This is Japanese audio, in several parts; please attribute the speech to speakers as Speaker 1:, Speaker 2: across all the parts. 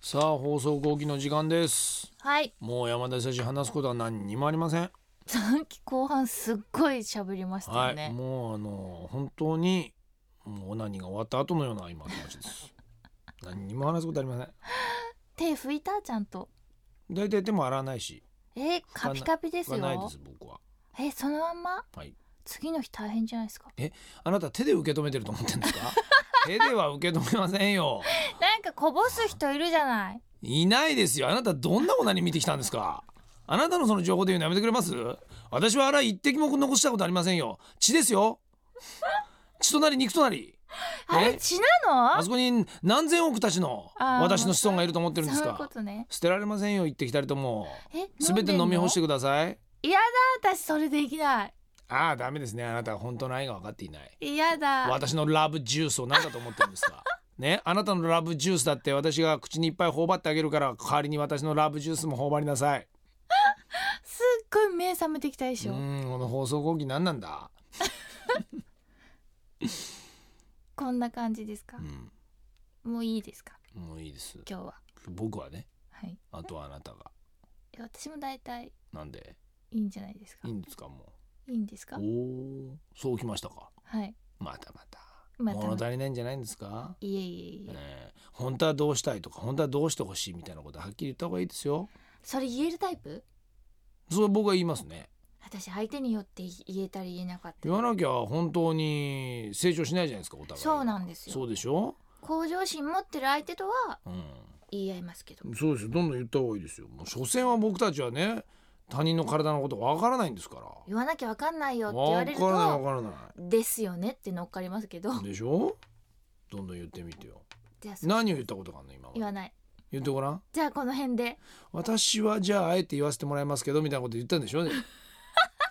Speaker 1: さあ放送後期の時間です
Speaker 2: はい
Speaker 1: もう山田久志話すことは何にもありません
Speaker 2: さっき後半すっごい喋りました
Speaker 1: は
Speaker 2: よ
Speaker 1: い、
Speaker 2: ね、
Speaker 1: もうあの本当にもうオナニーが終わった後のような今気持ちです 何にも話すことありません
Speaker 2: 手拭いたちゃんと
Speaker 1: 大体手も洗わないし
Speaker 2: えー、カピカピです
Speaker 1: が
Speaker 2: よ
Speaker 1: ないです僕は
Speaker 2: えーそのまんま
Speaker 1: はい。
Speaker 2: 次の日大変じゃないですか
Speaker 1: あなた手で受け止めてると思ってんです か手では受け止めませんよ
Speaker 2: なんかこぼす人いるじゃない
Speaker 1: いないですよあなたどんなオナニー見てきたんですかあなたのその情報で言うのやめてくれます私はあら一滴も残したことありませんよ血ですよ血となり肉となり
Speaker 2: あれ
Speaker 1: え
Speaker 2: 血
Speaker 1: あ
Speaker 2: なの
Speaker 1: そこに何千億たちの
Speaker 2: あー
Speaker 1: 私の子孫がいると思ってるんです
Speaker 2: そういうこ
Speaker 1: か
Speaker 2: とね
Speaker 1: 捨てられませんよ一滴たりとも
Speaker 2: え
Speaker 1: すべて飲み干して
Speaker 2: て
Speaker 1: ください
Speaker 2: 嫌だ私それできない
Speaker 1: ああダメですねあなたは本当の愛が分かっていない
Speaker 2: 嫌だ
Speaker 1: 私のラブジュースを何だと思ってるんです かね、あなたのラブジュースだって私が口にいっぱい頬張ってあげるから代わりに私のラブジュースも頬張りなさい
Speaker 2: すっごい目覚めてきたでし
Speaker 1: う
Speaker 2: ょ
Speaker 1: んこの放送後期何なんだ、
Speaker 2: こんな感じですか
Speaker 1: う
Speaker 2: もういいですか
Speaker 1: ん、もういいです
Speaker 2: 今日は
Speaker 1: 僕はね
Speaker 2: はい
Speaker 1: あとはあなたが
Speaker 2: え私も大体
Speaker 1: なんで
Speaker 2: いいんじゃないですか
Speaker 1: いいんですかも
Speaker 2: いいんですか
Speaker 1: うおおそうきましたか
Speaker 2: はい
Speaker 1: またまた
Speaker 2: また
Speaker 1: 物足りないんじゃないんですか、
Speaker 2: いえいえいえ
Speaker 1: ええ本当はどうしたいとか本当はどうしてほしいみたいなことはっきり言った方がいいですよ
Speaker 2: それ言えるタイプ
Speaker 1: それ僕は言いますね
Speaker 2: 私相手によって言えたり言えなかった
Speaker 1: 言わなきゃ本当に成長しないじゃないですかお互いが
Speaker 2: そうなんですよ
Speaker 1: そうでしょ
Speaker 2: 向上心持ってる相手とは
Speaker 1: う
Speaker 2: 言い合いますけど
Speaker 1: ん、そうですよどんどん言った方がいいですよもう所詮は僕たちはね他人の体のことわからないんですから
Speaker 2: 言わなきゃわかんないよって言わ
Speaker 1: わ
Speaker 2: れる
Speaker 1: からないわ
Speaker 2: と
Speaker 1: からな
Speaker 2: ですよねって乗っかりますけど
Speaker 1: いでしょどんどん言ってみてよ
Speaker 2: じゃあそう
Speaker 1: 何を言ったことがあるの今まで
Speaker 2: 言わない
Speaker 1: 言ってごらん
Speaker 2: じゃあこの辺で
Speaker 1: 私はじゃああえて言わせてもらいますけどみたいなこと言ったんでしょう ね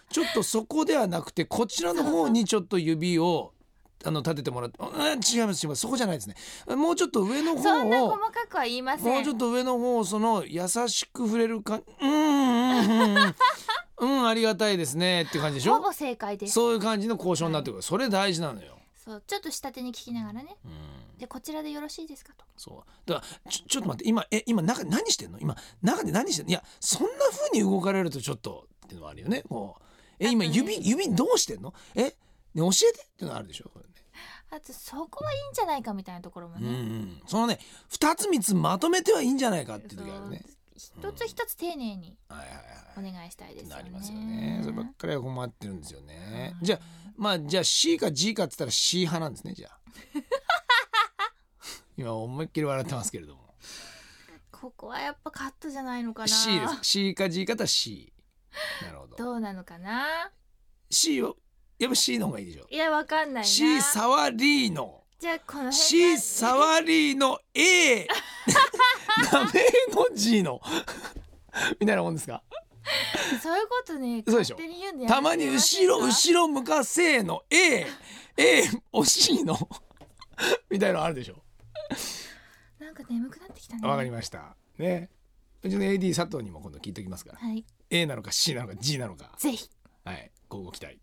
Speaker 1: ちょっとそこではなくてこちらの方にちょっと指をあの立ててもらって、うん、違います違いますそこじゃないですねもうちょっと上の方を
Speaker 2: そんな細かくは言いま
Speaker 1: も
Speaker 2: せ
Speaker 1: うんちょっと上の方をその優しく触れるかうんうんうんうん、うん、ありがたいですねっていう感じでし
Speaker 2: ほ
Speaker 1: ょ
Speaker 2: ぼ正解です
Speaker 1: そういう感じの交渉になってくるそれ大事なのよ、
Speaker 2: そうちょっと下手に聞きながらね
Speaker 1: うん、
Speaker 2: でこちらでよろしいですかと
Speaker 1: そうだからちょちょっと待って今え今中何してんの今中で何してんのいやそんな風に動かれるとちょっとっていうのはあるよねこうえ今
Speaker 2: あとね
Speaker 1: 指指どうしてんのえね教えてっていうのはあるでしょこれね
Speaker 2: あとそこはいいんじゃないかみたいなところも
Speaker 1: うんう
Speaker 2: ね
Speaker 1: んそのね2つ3つまとめてはいいんじゃないかっていう
Speaker 2: そう
Speaker 1: 時あるね
Speaker 2: 一つ一つ丁寧に
Speaker 1: はいはいはい
Speaker 2: お願いしたいですよ
Speaker 1: な
Speaker 2: ね
Speaker 1: りますよね。そればっかりは困ってるんですよね。
Speaker 2: うん
Speaker 1: じゃあまあじゃあ C か G かって言ったら C 派なんですねじ ゃあ。今思いっきり笑ってますけれども。
Speaker 2: ここはやっぱカットじゃないのかな
Speaker 1: C です。C か G かって言ったら C。なるほど。
Speaker 2: どうなのかな
Speaker 1: C をやっぱ C の方がいいでしょ。
Speaker 2: いやわかんないな
Speaker 1: C サワリーノ。
Speaker 2: じゃあこの辺
Speaker 1: C サワリーノ A。ダメの G の。 みたいなもんですか。
Speaker 2: そういうことね
Speaker 1: そうでしょ
Speaker 2: 勝手に言うんでやめて
Speaker 1: たまに
Speaker 2: もらえます
Speaker 1: 後ろ
Speaker 2: か
Speaker 1: 後ろ向かせーの A A 惜しいの みたいのあるでしょ
Speaker 2: なんか眠くなってきたね
Speaker 1: わかりましたねうちの AD 佐藤にも今度聞いておきますから
Speaker 2: はい
Speaker 1: A なのか C なのか G なのか
Speaker 2: ぜひ
Speaker 1: はい交互期待